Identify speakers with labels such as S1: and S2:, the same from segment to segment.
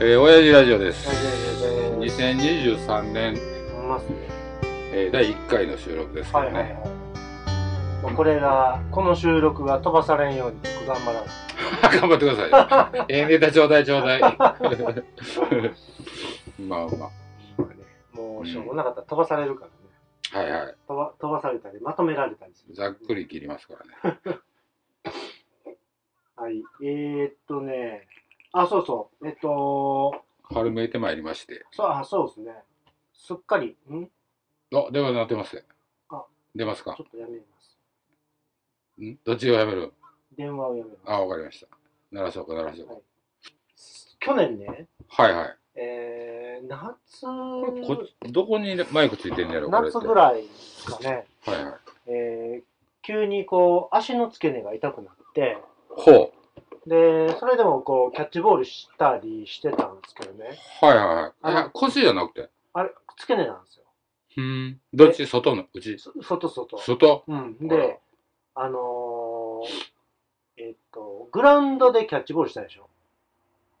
S1: えー、親父ラジオです。
S2: 親父
S1: 2023年、
S2: 思いますね。
S1: えー第1回の収録ですけど
S2: は
S1: ね。
S2: いはいはい。もうこれが、この収録が飛ばされんように僕頑張らな い。
S1: 頑張ってくださいよ。ええネタちょうだいちょうだい。 まあま
S2: もうしょうもなかったら飛ばされるからね。
S1: あ。はいはい。
S2: 飛ば飛ばされたり、まとめられたりする。
S1: ざっくり切りますからね。
S2: はい。えー、っとね、あ、そうそう。えっと、
S1: 春めいてまいりまして。
S2: そう、あ、そうですね。すっかり、んち
S1: あ、電話鳴ってます
S2: あ。
S1: 出ますか
S2: ょっとやめます。
S1: んどっちをやめる
S2: 電話をやめます。
S1: あ、わかりました。鳴らそうか鳴らそうか。
S2: 去年ね、
S1: はいはい。
S2: えー、夏、
S1: これこっちどこにマイクついてんねやろこれって。
S2: 夏ぐらいですかね。
S1: はいはい。
S2: えー急にこう足の付け根が痛くなって
S1: ほ
S2: でそれでもこうキャッチボールしたりしてたんですけどね
S1: う。はいはいはい。
S2: あ
S1: いや腰じゃなくて。
S2: あれ付け根なんですよ
S1: うん。どっち外のうち
S2: そ外外
S1: 外
S2: うん
S1: あら
S2: であのーえっとグラウンドでキャッチボールしたでしょ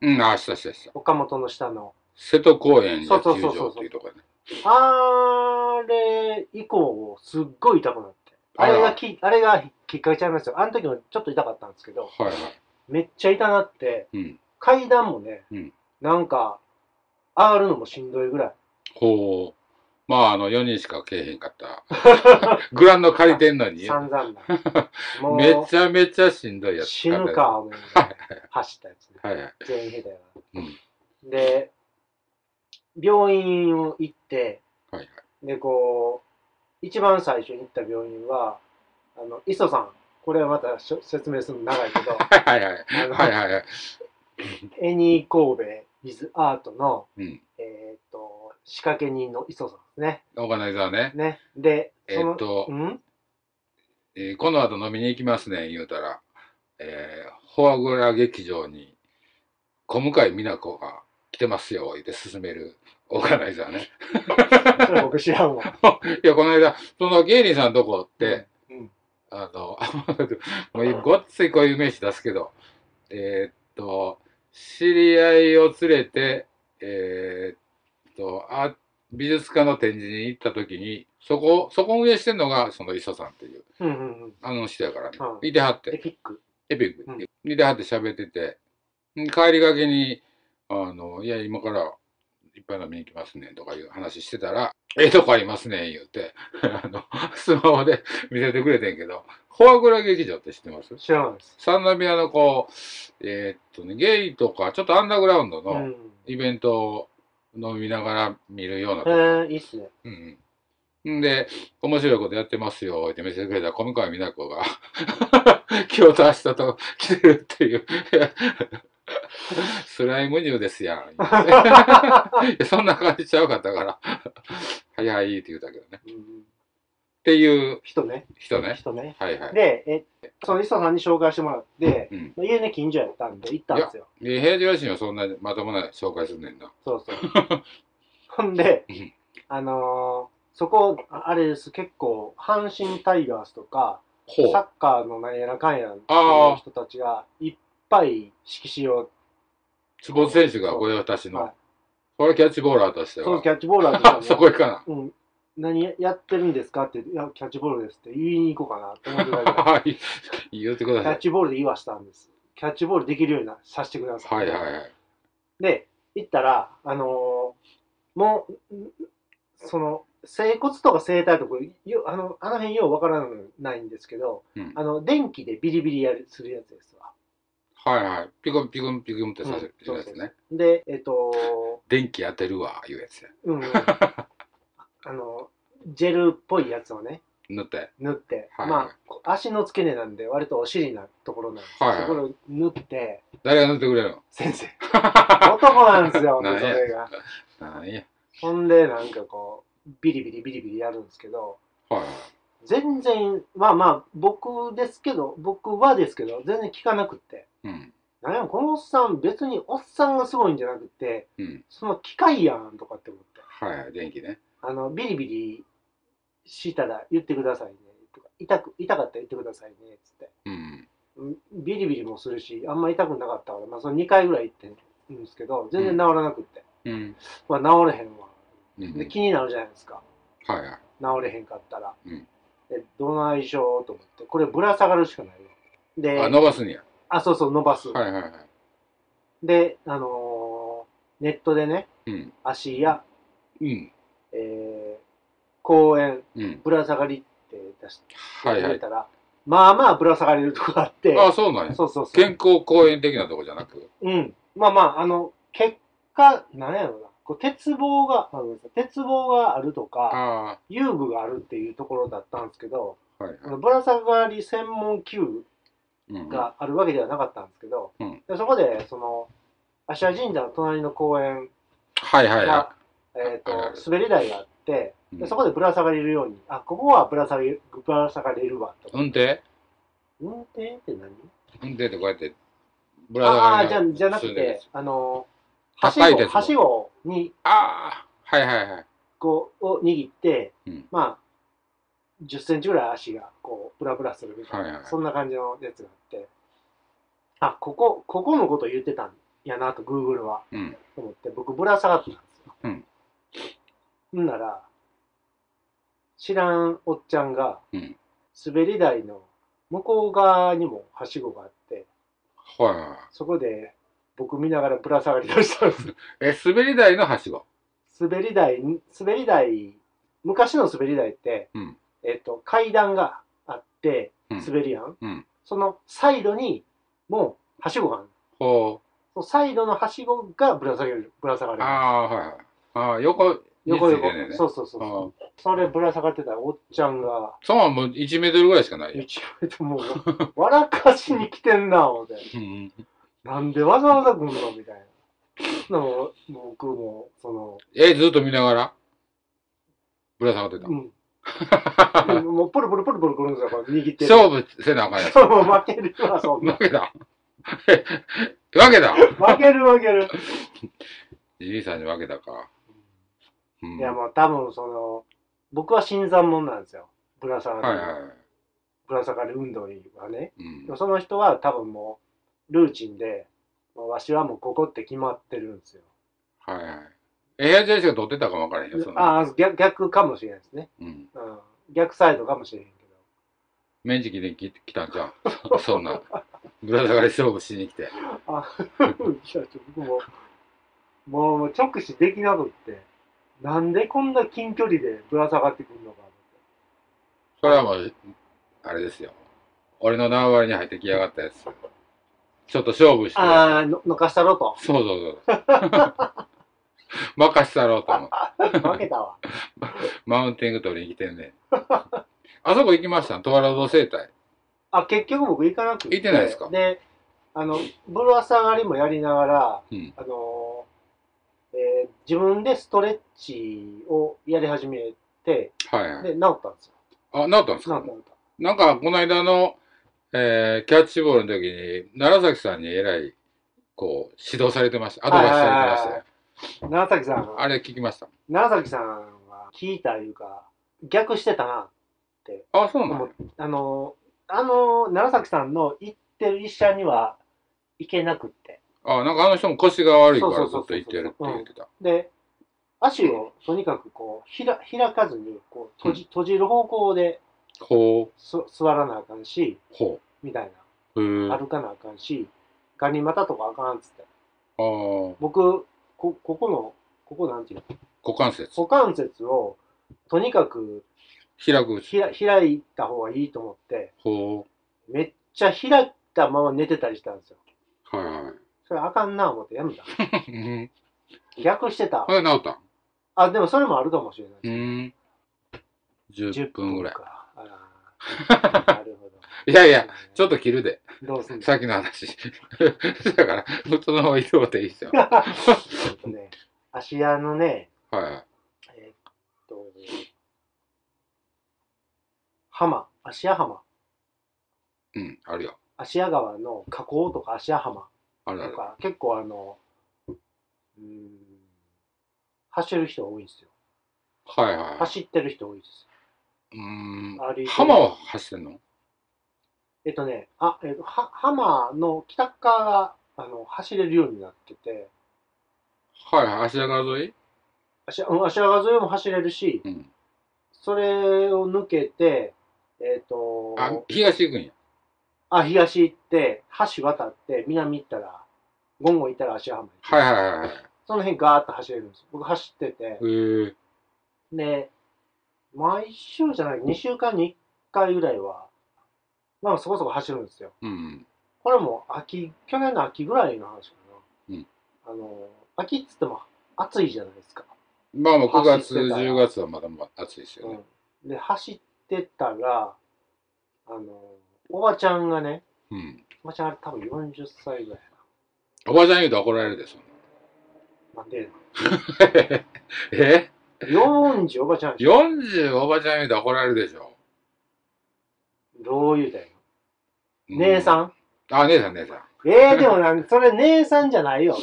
S1: うん、あ、したしたした。
S2: 岡本の下の
S1: 瀬戸公園
S2: そ
S1: 野
S2: うそう
S1: 球
S2: そうそう
S1: 場っていうとこやね。
S2: あれ以降すっごい痛くなってあれ
S1: あら
S2: がきあれがきっかけちゃいますよあの時もちょっと痛かったんですけど
S1: はいはい。
S2: めっちゃ痛なって
S1: うん。
S2: 階段もね、
S1: うん
S2: なんか上がるのもしんどいぐらい
S1: ほう。まあ、あの、4人しかけえへんか った。グラウンド借りてんのに。
S2: 散々な。 も
S1: め
S2: う
S1: ちゃめちゃしんどいやつ。
S2: 死ぬか。思いながら走ったやつね。
S1: はいはい。
S2: 全員兵だよな。で、病院を行って、
S1: はいはい。
S2: で、こう、一番最初に行った病院は、あの、磯さん、これはまたしょ説明するの長 いけど、
S1: はいはいはい。
S2: あの
S1: はいはいはい。
S2: エニー神戸ビズアートの、
S1: うん。
S2: えっ、と、仕掛け人の磯さんですね。
S1: オーガナイザーね。
S2: ね。で、
S1: えーっと
S2: うん
S1: えーこの後飲みに行きますね、言うたら、えーフォアグラ劇場に小向井美奈子が来てますよ、言って進めるオーガナイザーね。
S2: それ僕知らんわ。
S1: いや、この間、その芸人さんのとこって、
S2: うん、
S1: あの、 もうごっついこういう名詞出すけど、えーっと、知り合いを連れて、えーっとあ、美術館の展示に行った時に、そこ、そこを運営してんのが、その磯さんっていう、
S2: うん。うんうん。
S1: あの人やからね
S2: うん。
S1: いてはっ
S2: エ
S1: て、
S2: ピック。
S1: エピック
S2: うん
S1: にいてはって喋ってて、ん帰りがけに、あの、いや、今からいっぱい飲みに行きますね、とかいう話してたら、ええとこありますね、言うて、 あの、スマホで見せてくれてんけど、フォアグラ劇場って知ってます
S2: 知らないです。
S1: 三宮のこう、えーっとね、ゲイとか、ちょっとアンダーグラウンド
S2: う
S1: の
S2: ん
S1: イベントを飲みながら見るようなと
S2: へえ
S1: こ、
S2: いいっすね。
S1: うんうん。んで、面白いことやってますよ、って見せてくれた小向井美奈子が、 今日と明日と来てるっていう、 スライム乳ですやん。 言うていやそんな感じちゃうかったから、はいはいって言うたけどね。
S2: うん
S1: っていう
S2: 人ね。
S1: 人ね。
S2: 人ね。
S1: はいはい。
S2: で、え、その磯さんに紹介してもらって、
S1: うん。
S2: 家ね近所やったんで行ったんですよ。
S1: で、平常心をそんなにまともな紹介すんねんな。
S2: そうそう。 ほんで
S1: うん、
S2: あのーそこ、ああれです、結構、阪神タイガースとか、
S1: ほ
S2: サッカーのなんやらかんやら
S1: あー
S2: の人たちが、いっぱい色紙を、
S1: 坪津選手が御用達
S2: はい
S1: の、これキャッチボーラーとして
S2: その
S1: は
S2: キ、ャッチボールあ る
S1: そこ行かな。
S2: うん、何やってるんですかって、いや、キャッチボールですって言いに行こうかなって思ってたけ ど
S1: はい、言ってくだ
S2: キャ
S1: さ
S2: ッ
S1: い。
S2: チボールで言わしたんです。キャッチボールできるようになさせてくださ。
S1: はいいはいはい。
S2: で、行ったら、あのーもう、んその、整骨とか整体とか、よあのあの辺ようわからないんですけど、
S1: うん
S2: あの、電気でビリビリやるするやつですわ。
S1: はいはい。ピコンピコンピコンってさせるやつ
S2: うんそうそうそ
S1: ね。
S2: で、えっと、
S1: 電気当てるわ、いうやつや。
S2: うん、あの、ジェルっぽいやつをね、
S1: 塗って。
S2: 塗って、
S1: はい
S2: まあこ、足の付け根なんで、割とお尻なところなんです、
S1: はいはい
S2: そこを塗って、
S1: 誰が塗ってくれるの
S2: 先 生、男なんですよ、そ
S1: なんや
S2: れが。
S1: 何や。
S2: ほんで、なんかこう、ビリビリビリビリやるんですけど、
S1: はいはい。
S2: 全然、まあまあ、僕ですけど、僕はですけど、全然効かなくって。
S1: うん。
S2: なんや、このおっさん、別におっさんがすごいんじゃなくて、
S1: うん。
S2: その機械やんとかって思って。
S1: はいはい、電気ね。
S2: あの、ビリビリしたら言ってくださいね。とか、痛く、痛かったら言ってくださいね。つって。
S1: うん。
S2: うんビリビリもするし、あんま痛くなかったから、まあその2回ぐらい行って、んですけど、全然治らなくって。
S1: うん。
S2: まあ、治れへんわ。
S1: うん
S2: で、気になるじゃないですか。
S1: はいはい。
S2: 治れへんかったら。
S1: うん
S2: で、どないしようと思って、これぶら下がるしかないよ。で、
S1: あ、
S2: あ
S1: 伸ばすにや。
S2: そうそう、伸ばす。
S1: はいはいはい。
S2: で、あのーネットでね、
S1: うん。
S2: 足や、
S1: うん。
S2: えー、公園、
S1: うん。
S2: ぶら下がりって出して
S1: はいは
S2: 入れ
S1: い。
S2: たら、まあまあぶら下がれるとこがあって、
S1: あ、そうなんや。
S2: そうそうそう
S1: 健。康公園的なとこじゃなく。
S2: うん。まあまあ、あの、結果、なんやろうな。こう鉄棒が、あごめんなさい鉄棒があるとか、
S1: あ
S2: 遊具があるっていうところだったんですけど、
S1: あ、はい
S2: あ
S1: は
S2: のぶら下がり専門
S1: い。
S2: 球
S1: うん。
S2: があるわけではなかったんですけど、
S1: うん
S2: でそこで、その、芦屋神社の隣の公園
S1: はいはい
S2: が
S1: は、
S2: えっ、
S1: はいはい
S2: と、滑り台があって、
S1: い。
S2: でそこでぶら下がれるように、あ、ここはぶら下がれるぶら下がれるわ、とか。
S1: 運転
S2: 運転って
S1: 運
S2: 何
S1: 転ってこうやって、ぶら下
S2: あ
S1: が
S2: あ
S1: り
S2: ー、じ
S1: な
S2: ゃ
S1: がら
S2: じゃなく
S1: 進んでるや
S2: て
S1: つ、
S2: あの、はし
S1: 高い
S2: ご、
S1: 鉄
S2: はし
S1: 棒。
S2: ごに、
S1: ああ、はいはいはい。
S2: こう、を握って、
S1: うん
S2: まあ、10センチぐらい足が、こう、ブラブラするみたいな、
S1: はいはい
S2: そんな感じのやつがあって、あ、ここ、ここのこと言ってたんやなと、Google は、
S1: うん。
S2: と思って、僕、ぶら下がってたんですよ。
S1: うん。
S2: んなら、知らんおっちゃんが、
S1: うん
S2: 滑り台の向こう側にもはしごがあって、
S1: はいはいはい。
S2: そこで、僕見ながらぶら下がりだしたんです
S1: え、滑り台のはしご。
S2: 滑り台に、滑り台、昔の滑り台って、
S1: うん
S2: えっ、と、階段があって、
S1: うん
S2: 滑りやん。
S1: うん
S2: そのサイドに、もう、はしごがある。
S1: ほ
S2: そのサイドのはしごがぶら下げる、ぶら下が
S1: う。
S2: る。
S1: ああ、はいはい。ああ、横につ
S2: 横
S1: い
S2: 横、
S1: てんねんね。
S2: そうそうそう
S1: あ
S2: そ
S1: あ
S2: う。それぶら下がってたおっちゃんが、
S1: そうはもう1メートルぐらいしかないよ。
S2: 一応ともう、笑かしに来てんな、思って。
S1: うん。
S2: なんでわざわざ来んのみたいな。もう僕も、その、
S1: え、ずっと見ながらぶら下がってた
S2: う。ん。もう、ポルポルポルポル来るんですよ、これ握ってる。
S1: 勝負せなあかんやつ。
S2: そう、負けるわ、そんな
S1: 負。けた。負けた。
S2: 負ける負ける。
S1: じいさんに負けたか。うん
S2: いや、もう多分その、僕は新参者なんですよ。ぶら下が
S1: はい
S2: り、
S1: はいは
S2: ぶら下がり運動にはね。
S1: い。うん
S2: でもその人は多分もう、ルーチンで、もうわしはもうここって決まってるんですよ。
S1: はいはい。え、ヘアジェイしか撮ってたかもわからへんよ、その。
S2: ああ、逆逆かもしれないですね。
S1: うん。
S2: うん。逆サイドかもしれへんけど。
S1: 面識で来来たんじゃん。そんな。ぶら下がり勝負しに来て。
S2: あ、いや、僕も、もうもう直視できなくって、なんでこんな近距離でぶら下がってくるのか思って。
S1: それはもう、あれですよ。俺の縄張りに入ってきやがったやつ。ちょっと勝負して。
S2: ああ、ののかしたろと。
S1: そうそうそう。任したろうと思う。
S2: 負けたわ。
S1: マウンティング取りに来てんねん。あそこ行きましたトワラド生態。
S2: あ、結局僕行かなくて。
S1: 行ってないですか
S2: で、あの、ぶら下がりもやりながら、
S1: うん
S2: あのー、えー自分でストレッチをやり始めて、
S1: はいはい。
S2: で、治ったんですよ。
S1: あ、なったんです
S2: 治った
S1: か
S2: 治った。
S1: なんか、この間の、えーキャッチボールの時に、楢崎さんにえらい、こう、指導されてました。アドバイスされてました
S2: はいはいはい
S1: ね
S2: は。長崎さん、
S1: あれ聞きました。
S2: 長崎さんは聞いたいうか、逆してたな。
S1: あ、そうな
S2: 思
S1: の
S2: ってあのー、あのー、長崎さんの行ってる医者には行けなくって。
S1: あ、なんかあの人も腰が悪いか
S2: そ
S1: ら
S2: う
S1: ず
S2: そ
S1: っ
S2: う
S1: と
S2: そうそう
S1: 言ってるって言ってた。
S2: で、足をとにかくこう、ひら開かずに、こう、閉じ、閉じる方向で
S1: ほ
S2: そ座らなあかんし、
S1: う、ほ。
S2: みたいう
S1: へえ。
S2: な。歩かなあかんし、ガニ股とかあかんっつって。
S1: あー
S2: 僕、こ、ここの、ここなんていうの
S1: 股関節。
S2: 股関節を、とにかく
S1: 開く。
S2: ひら開いた方がいいと思って、
S1: ほ
S2: めっちゃ開いたまま寝てたりしたんですよ。
S1: う。はいはい。
S2: それあかんな思ってやめた。
S1: うん。
S2: 逆してた
S1: あ。れ治った
S2: あ、でもそれもあるかもしれな
S1: う
S2: い。
S1: ん。10分ぐらい。
S2: か。あ ーなるほど。
S1: いやいや、ちょっ
S2: と、
S1: と切るで。
S2: どうすんの
S1: さっきの話。 だから、布団の方移動でいいですよ。は
S2: ちょっとね、芦屋のね、
S1: いはい。
S2: えーっと、浜、芦屋浜、
S1: うん、あるよ。
S2: 芦屋川の河口とか芦屋浜
S1: あ
S2: と
S1: るある。
S2: か、結構あの、うーん、走る人多いんですよ。
S1: はいはい。
S2: 走ってる人多いです
S1: うーん
S2: 歩いてる
S1: 浜は走ってんの
S2: えっとね、あ、えっと、は浜の北側あの、走れるようになってて、
S1: はいはい、芦屋川沿い
S2: 足うん足長沿いも走れるし、
S1: うん。
S2: それを抜けて、えっ、と
S1: あ、東行くんや。
S2: あ東行って、橋渡って、南行ったら、ゴンゴン行ったら芦屋浜行って、
S1: はいはいはいはい。
S2: その辺ガーッと走れるんですよ。僕走ってて、
S1: えー、
S2: で、毎週じゃない、2週間に1回ぐらいは、まあそこそこ走るんですよ。
S1: うん。
S2: これも秋、去年の秋ぐらいの話かな。
S1: うん
S2: あの、秋っつっても暑いじゃないですか。
S1: まあまあ9月、
S2: 走ってたら
S1: 10月はまだまだ暑いですよね。
S2: うん、で、走ってたら、あの、おばちゃんがね、
S1: うん。
S2: おばちゃんあれ多分40歳ぐらい
S1: おばちゃん言うと怒られるでしょ。
S2: な。なんで、
S1: え
S2: 40おばちゃんでしょ
S1: ?40 おばちゃん言うと怒られるでしょ。
S2: どういうだよ。
S1: う
S2: 姉さん、
S1: あ、姉さん、姉さん。
S2: え えでもなんそれ姉さんじゃないよ。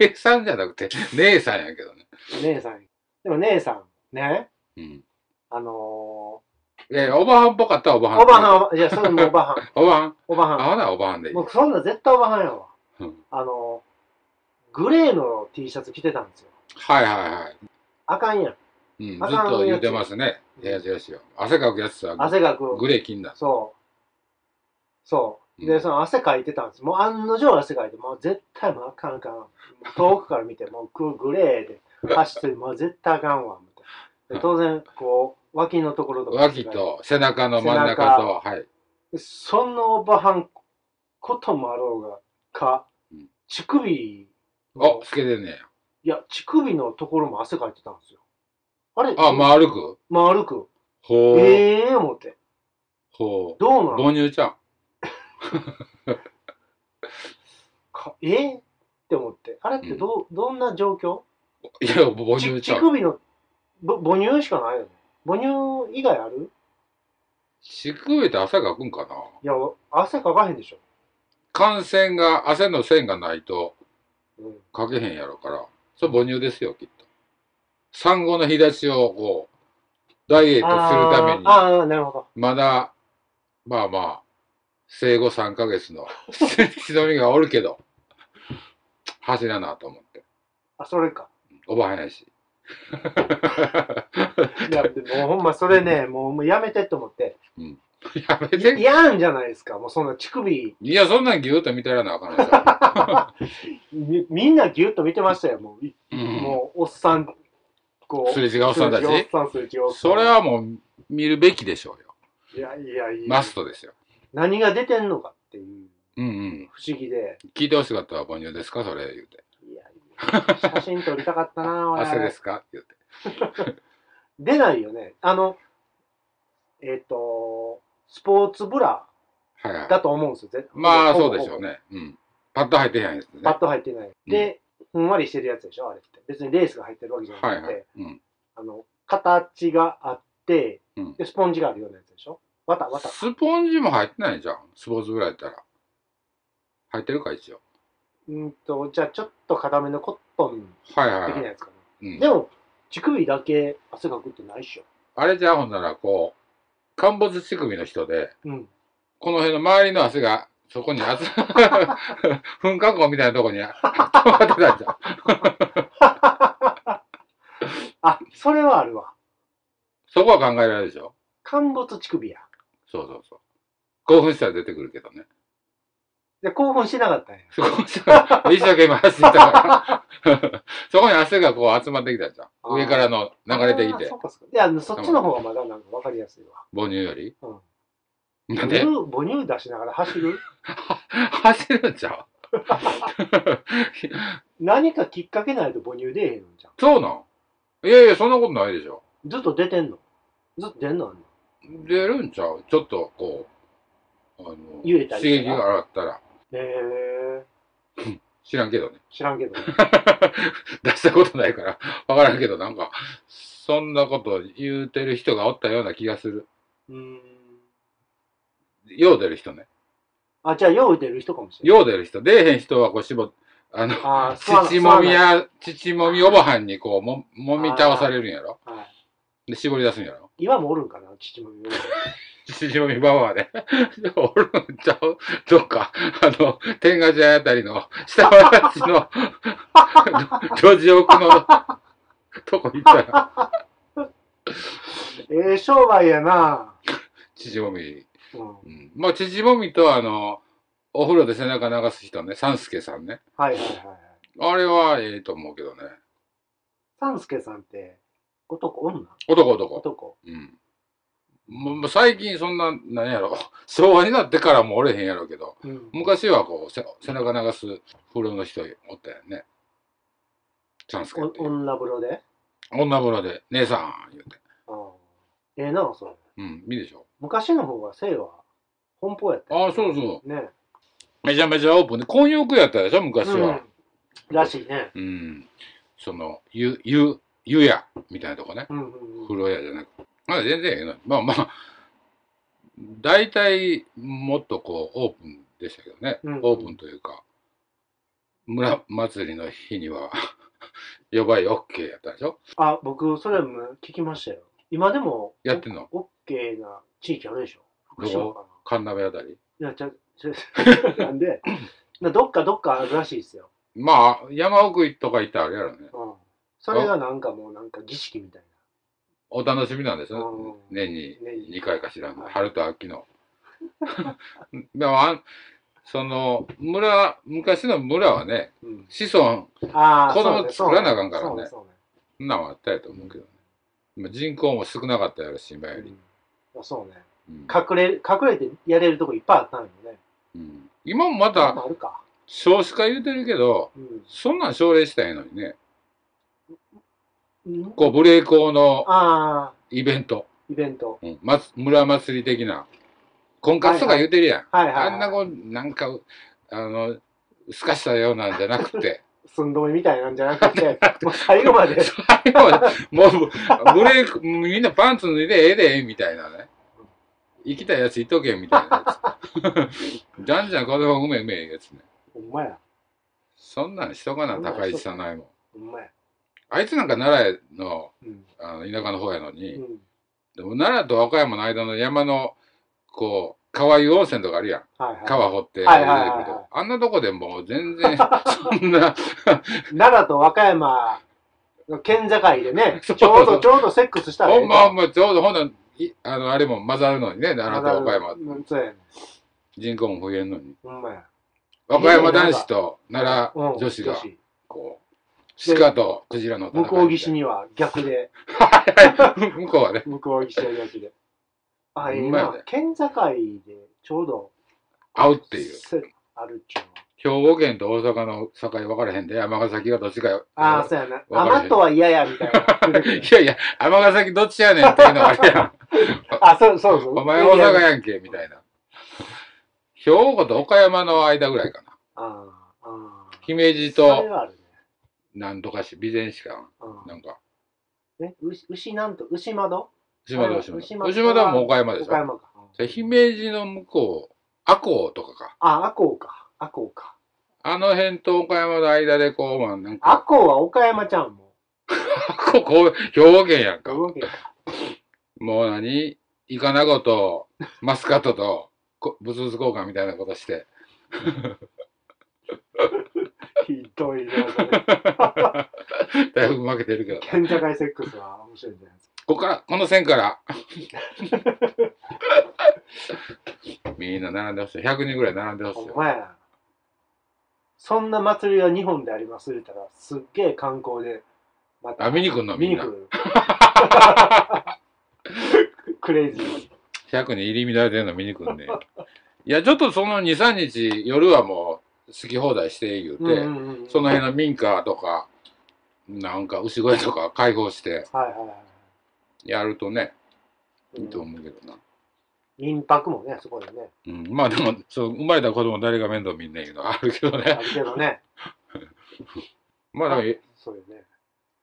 S1: 姉さんじゃなくて、姉さんやけどね。
S2: 姉さん。でも姉さん、ね、
S1: うん。
S2: あの
S1: いやいやおばはんっぽかったらおばは
S2: ー、
S1: ん。
S2: おばはん、いや、それもおばは ん、
S1: おばはん。
S2: おば
S1: あ
S2: は
S1: ほな、おばはんでいい。
S2: ん。僕、そんな絶対おばはんやわ。
S1: うん
S2: あのー、グレーの T シャツ着てたんですよ。
S1: はいはいはい。
S2: あかんやん。
S1: うん、ず
S2: あ
S1: っ
S2: かん
S1: と言うてますね。いや、違うしよ。汗かくやつは
S2: 汗がく。
S1: グレー金だ。
S2: そう。そう。
S1: う
S2: で、
S1: ん
S2: その汗かいてたんです。もう案の定汗かいて、もう絶対もうあかんあかん。もう遠くから見て、もうググレーで走って、もう絶対あかんわ。みたいなで当然、こう、脇のところとか。
S1: 脇。と背中の真ん中と、はい。
S2: そんなおばはんこともあろうが、か
S1: うん、
S2: 乳首
S1: お
S2: の、、
S1: つけてんねや。
S2: いや、乳首のところも汗かいてたんですよ。あれ
S1: あ、まあ歩く
S2: 丸く。
S1: ほう。
S2: ええ思って。
S1: ほう。
S2: どうなの
S1: 母乳ちゃん。
S2: かえー、って思って。あれってど、うどんな状況
S1: いや、母
S2: ち
S1: 乳ち
S2: 乳
S1: ゃん。
S2: 首のぼ母乳しかないよね。母乳以外ある
S1: 乳首って汗かくんかない
S2: や、汗かかへんでしょ。
S1: 汗腺が、汗の線がないと
S2: うん、
S1: かけへんやろから。それ母乳ですよ、きっと。産後の日立ちをこう、ダイエットするために。
S2: あーあー、なるほど。
S1: まだ、まあまあ、生後3ヶ月の しのみがおるけど、走らなと思って。
S2: あ、それか。
S1: おばはんやし。
S2: いや、で もうほんまそれね、もうもうやめてって思って。
S1: やめて。
S2: 嫌んじゃないですか。もうそんな乳首、
S1: いや、そんなんぎゅーっと見たらなあかんのちゃ
S2: みみんなギュッと見てましたよ。もう、い
S1: う
S2: う
S1: ん
S2: もうおっさん、こう。
S1: すれ違うおっさんた
S2: すれ
S1: ち。
S2: 違うおっさん、すれ違うおっさん
S1: それはもう見るべきでしょうよ。
S2: いやいやいや。
S1: マストですよ。
S2: 何が出てんのかっていう
S1: うんうん。
S2: 不思議で。
S1: 聞いてほしかったら母乳ですかそれ言うて。
S2: いやいや。写真撮りたかったな、俺。
S1: 汗ですか言うて。
S2: 出ないよね。あの、えっ、と、スポーツブラ
S1: はいはい。
S2: だと思うんですよ。絶
S1: まあ、
S2: ほぼ
S1: そうでしょうね。うん。パッと入ってへんやつね。
S2: ほぼパ
S1: は
S2: ッと入ってない。で、ふんわりしてるやつでしょ、あれって。別にレースが入ってるわけじゃなくて、
S1: いはい。うん。
S2: あの、形があって、
S1: うん
S2: で、スポンジがあるようなやつでしょ。わたわた。
S1: スポンジも入ってないじゃん。スポーツぐらいやったら。入ってるか、一応。
S2: うんと、じゃあちょっと固めのコットン
S1: はいはい
S2: 的
S1: は。
S2: ないやつかな。
S1: うん
S2: で、も、乳首だけ汗かくってないっしょ。
S1: あれじゃあ、ほんなら、こう、陥没乳首の人で、
S2: うん。
S1: この辺の周りの汗が、そこに集ま 噴火口みたいなとこに あ溜まってたじゃん。
S2: あ、それはあるわ。
S1: そこは考えられるでしょ
S2: 陥没乳首や。
S1: そうそうそう。興奮したら出てくるけどね。
S2: で、興奮してなかったんや。
S1: 興奮したら、一生懸命走ってたから。そこに汗がこう集まってきたじゃん。上からの流れてき
S2: あー
S1: て
S2: そ、うかそうかいや、あのそっちの方がまだなんかわかりやすいわ。
S1: 母乳より。
S2: うん
S1: な
S2: 母
S1: んで
S2: 乳母乳出しながら走る
S1: は走るんちゃう
S2: 何かきっかけないと母乳出えへんのじゃん。
S1: そうなんいやいや、そんなことないでしょ。
S2: ずっと出てんのずっと出んのあんの
S1: 出るんちゃうちょっとこう、あの、
S2: 揺れたり
S1: 刺激
S2: したら
S1: があったら、
S2: え
S1: 知らんけどね。
S2: ー、知らんけど。
S1: 出したことないから、わからんけど、なんか、そんなこと言うてる人がおったような気がする。
S2: うーん。
S1: よう出る人ね。
S2: あ、じゃあ、よう出る人かもしれない。
S1: よう出る人。出えへん人はこう絞っあ の、
S2: あー吸わな
S1: 父もみや、父もみおばはんにこう、も、もみ倒されるんやろ
S2: 吸わないは
S1: で、絞り出すんやろ
S2: い。今もおるんかな父も言う
S1: 七条見ババアで。 おるんちゃうどうか、あの、天下茶屋あたりの、下町 の、路地奥の、とこ行ったら、
S2: ええ商売やな。
S1: 父もみ。
S2: うん。
S1: うん、まあ、父もみと、あの、お風呂で背中流す人ね、三助さんね。
S2: はいはいはいはい。
S1: あれはええと思うけどね。
S2: 三助さんって、男、女
S1: 男男。
S2: 男。
S1: うん。もうもう最近そんな、何やろ。 昭和になってからもおれへんやろうけど、
S2: うん。
S1: 昔はこう、せ背中流す風呂の人おったよね。三助って
S2: お
S1: いう。
S2: 女風呂で。
S1: 女風呂で、姉さん言うて。
S2: うん。ええな、それ。
S1: うん、いいでしょ。
S2: 昔の方が性は奔放やったよね、
S1: ああ、そうそう。
S2: ね。
S1: めちゃめちゃオープンで、混浴やったでしょ、昔
S2: う
S1: は
S2: ん。。らしいね。
S1: うん。その、ゆ、ゆ、湯屋みたいなとこね。
S2: うんうんうん。
S1: 風呂屋じゃなくまあ全然ええのまあまあ大体もっとこうオープンでしたけどね、
S2: うん
S1: オープンというか村祭りの日には 呼ばい OK やったでしょ
S2: あ、僕、それも聞きましたよ。今でも、
S1: やってんの
S2: オッケーな地域あるでしょ。福島か
S1: 神鍋あたり
S2: な。いや、ちゃ、ちゃ、な んで、などっかどっかあるらしいですよ。
S1: まあ山奥とか行ったらあれやろね
S2: うん。それがなんかもう、なんか儀式みたい
S1: お楽しみなんですね
S2: うん
S1: 年に
S2: な。ね
S1: 2回か知らんけど
S2: はい
S1: 春と秋の でもあんその村昔の村はね
S2: うん。
S1: 子孫
S2: ああ、
S1: 子供
S2: そ
S1: 作
S2: うね
S1: らなあかんからね
S2: そうそうね。
S1: そんなんはあったやと思うけど、ねまあ人口も少なかったやろし今より、
S2: うんそうね。
S1: うん
S2: 隠れ、隠れてやれるとこいっぱいあったんよね。
S1: うん今もま
S2: ま
S1: た
S2: ああるか。
S1: 少子化言うてるけど
S2: う
S1: そんなん奨励したらええのにね
S2: ん。
S1: こう無礼講の
S2: ああ、
S1: イベント、
S2: イベント。
S1: うんまつ村祭り的な婚活とか言うてるやん、
S2: はいはい、はい。
S1: あんなこうなんかあのすかしたようなんじゃなく て
S2: 寸止めみたいなんじゃなくて、 もう最後まで。
S1: 最後までもう無礼みんなパンツ脱いでええでみたいなね生きたやついとけみたいなや つじゃんじゃん子供産め産めえやつね
S2: ほんまや。
S1: そんなんしとかな、高市さないもん。
S2: ほんまや。
S1: あいつなんか奈良の
S2: うん。
S1: あの田舎の方やの
S2: う
S1: に、
S2: ん。
S1: でも奈良と和歌山の間の山の、こう、川湯温泉とかあるやん。
S2: はいはい。
S1: 川掘って出てくると。
S2: はいはいはいはい
S1: あんなとこでもう全然、 そんな、
S2: 奈良と和歌山の県境でね、ち
S1: そ
S2: ょ
S1: う
S2: うどちょうどセックスしたらえ
S1: ほ
S2: えと
S1: んまほんま、ちょうどほんなんいあの、あれも混ざるのにね、奈良と和歌山。
S2: うんそうやね。
S1: 人口も増えんのに。
S2: ほんまや。
S1: 和歌山男子と奈良女子が
S2: う、ん
S1: こう、鹿とクジラの戦い
S2: 向
S1: みたい
S2: こ
S1: な
S2: う岸。には逆で、
S1: はいはい向こうはね。
S2: 向こう岸は逆で。あ、え
S1: ほ
S2: え
S1: んまや
S2: な
S1: ね。
S2: 県境でちょうど
S1: 会うっていう。
S2: せあるっちゅうのは。
S1: 兵庫県と大阪の境分からへんで、尼崎がどっちかよ。
S2: ああ、そうやな。
S1: わかる
S2: 甘とは嫌や、みたい な。
S1: いやいや、尼崎どっちやねんっていうのはあれ やん。
S2: あ、そうそうそう。
S1: お前大阪
S2: や。
S1: やんけ、みたいな。兵庫と岡山の間ぐらいかな。
S2: ああ、ああ。
S1: 姫路
S2: それ
S1: と、
S2: はあるね。
S1: なんとか市、備前市か
S2: うん
S1: な。なんか、
S2: え、牛牛なんと、牛窓
S1: 牛窓、
S2: あ
S1: 牛窓。
S2: 牛窓
S1: 牛窓はもう岡山でし
S2: 岡
S1: ょ。
S2: 山か。
S1: じゃ姫路の向こう、阿公とかか。
S2: あ、阿公か。阿公か。
S1: あの辺と岡山の間でこう、まあなんか、
S2: 阿公は岡山ちゃんも
S1: 阿公、こう、兵庫県やん
S2: う。
S1: か。
S2: 動けか
S1: もう何イカナゴとマスカットとこブツブツ交換みたいなことして。
S2: ひどいな。それ
S1: だいぶ負けてるけど。
S2: 県境セックスは面白いじゃないです
S1: ここから、この線 から。みんな並んでほしい。100人ぐらい並んで
S2: か。
S1: ほし
S2: お
S1: いよ。
S2: 前や。そんな祭りは日本であります言ったら、すっげえ観光で、ま
S1: あ、見に来んの
S2: 見
S1: みんな
S2: に来。る。クレイジー。
S1: 100人入り乱れてるの見に来んね。いや、ちょっとその2、3日、夜はもう好き放題して言うて、
S2: うんうんうんうん
S1: その辺の民家とか、なんか牛小屋とか開放して
S2: はいはいはい
S1: やるとね、
S2: う
S1: いいと
S2: ん。
S1: 思うけどな。
S2: 民泊もね、そこでね、
S1: うん、まあでも、そう生まれた子供誰が面倒見んねんいうのはあるけど
S2: あ
S1: ね。
S2: るけどね。
S1: まあでも、
S2: そうよね。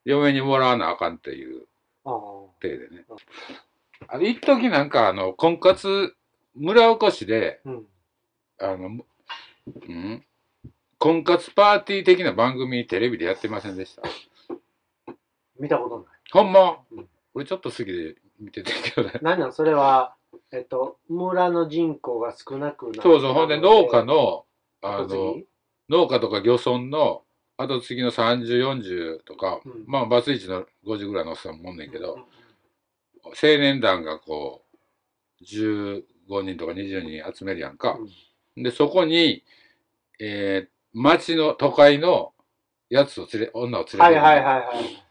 S1: 嫁にもらわなあかんっていう
S2: ああ。
S1: 体でね。あの一時なんか、あの、婚活、村おこしで、
S2: うん。
S1: あの、うん婚活パーティー的な番組テレビでやってませんでした。
S2: 見たことない。
S1: ほんま
S2: うん
S1: 俺ちょっと好きで見ててんけどね。
S2: 何なんそれはえっと、村の人口が少なくなった
S1: そうそう、ほんで農家の、あ
S2: 後継
S1: の、
S2: ぎ
S1: 農家とか漁村の後継ぎの30、40とか、
S2: うん
S1: まあバツイチの50ぐらいのおっさんもおんねんけ
S2: うん
S1: ど
S2: うん、
S1: 青年団がこう、15人とか20人集めるやんか。で、そこに、えー、町の、都会のやつを連れ、女を連れてく
S2: うん
S1: る
S2: はいはいはいはい。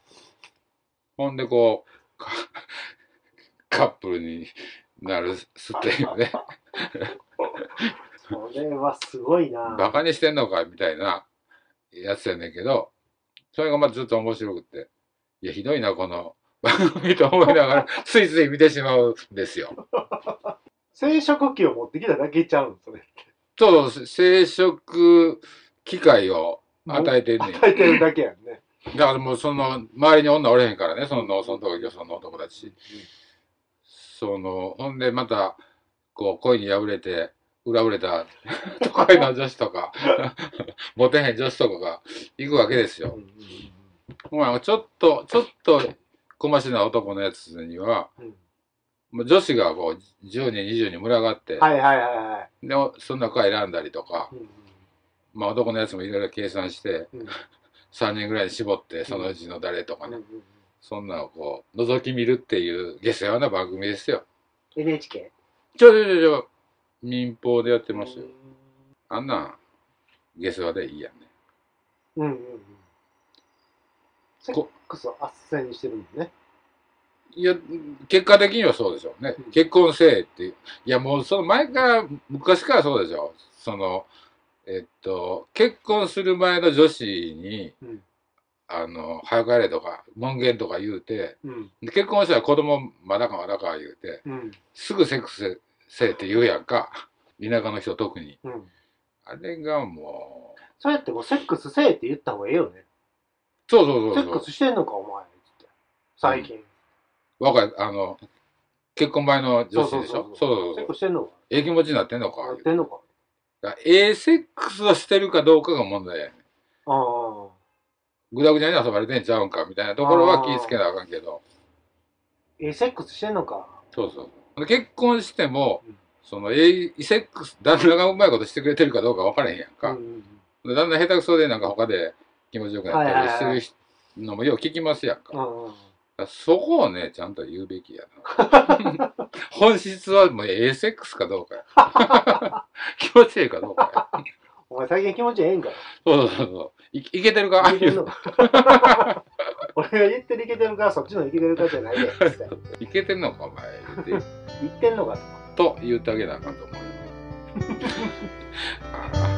S1: ほんでこう、かカップルになるすっていう ね、
S2: それはすごいな。
S1: バカにしてんのかみたいなやつやねんけど、それがまあずっと面白くって、いや、ひどいな、この番組と思いながら、ついつい見てしまうんですよ。
S2: 生殖器を持ってきただけちゃうんですね。
S1: そう、生殖機会を与えてんねん。
S2: 与えてるだけやんね。
S1: だからもうその、周りに女おれへんからね、その農村とか漁村の男たち。そのほんでまたこう恋に破れて裏売れた 都会の女子とか モテへん女子とかが行くわけです
S2: う
S1: よ。
S2: んうん
S1: まあちょっとちょっとこましな男のやつには
S2: うんうん
S1: もう女子がこう10人20人群がって、
S2: はいはいはいはい。
S1: でその中から選んだりとか
S2: う、ん
S1: まあ、男のやつもいろいろ計算して
S2: うんうん
S1: 3人ぐらいに絞ってそのうちの誰とかね、
S2: うんうん
S1: そんなのをこう覗き見るっていう下世話な番組ですよ。
S2: NHK?
S1: ちょちょちょちょ民放でやってますよ。
S2: う
S1: あんなん、ゲスはでいいやんね。
S2: んうんうん。セックスを斡旋してるもんね。
S1: いや、結果的にはそうでしょうね
S2: うん。
S1: 結婚せえっていう。いや、もうその前から、昔からそうでしょ。その、えっと、結婚する前の女子に、
S2: うん
S1: あの、早く帰れとか、文言とか言うて、
S2: うん
S1: で結婚したら子供まだかまだか言うて、
S2: うん
S1: すぐセックスせえって言うやんか。田舎の人特に。
S2: うん。
S1: あれがもう、
S2: そうやってもうセックスせえって言った方がええよね。
S1: そうそうそ
S2: セ
S1: うそ
S2: ッ
S1: う
S2: ク。スしてんのかお前って。最近。
S1: 若い、あの、結婚前の女子でしょ。そうそうそう
S2: セッ。クスしてんのか
S1: ええ気持ちになってんのか。
S2: やってんのか
S1: だからええセックスをしてるかどうかが問題やねん。
S2: ああ。
S1: ぐだぐだに遊ばれてんちゃうんかみたいなところは気ぃつけなあかんけど。
S2: え、セックスしてんのか。
S1: そうそう。結婚しても
S2: うん、
S1: そのええセックス、旦那がうまいことしてくれてるかどうか分からへんやんか。
S2: うんうん
S1: で旦那下手くそでなんか他で気持ちよくなった
S2: はい
S1: り
S2: は
S1: す
S2: いはい
S1: る人のもよう聞きますやんか。
S2: うんうんうん
S1: だからそこをね、ちゃんと言うべきやな。 本質はもうええセックスかどうかや。 気持ちいいかどうかや。
S2: お前最近気持ちええんかよ。
S1: そうそうそう。いいけてるか
S2: いけてんの 俺が言ってるいけてるか、そっちのいけてるかじゃないで。
S1: いけてんのか、お前。言って
S2: 言ってんのかと。
S1: と言ってあげなあかんと思うよね。あー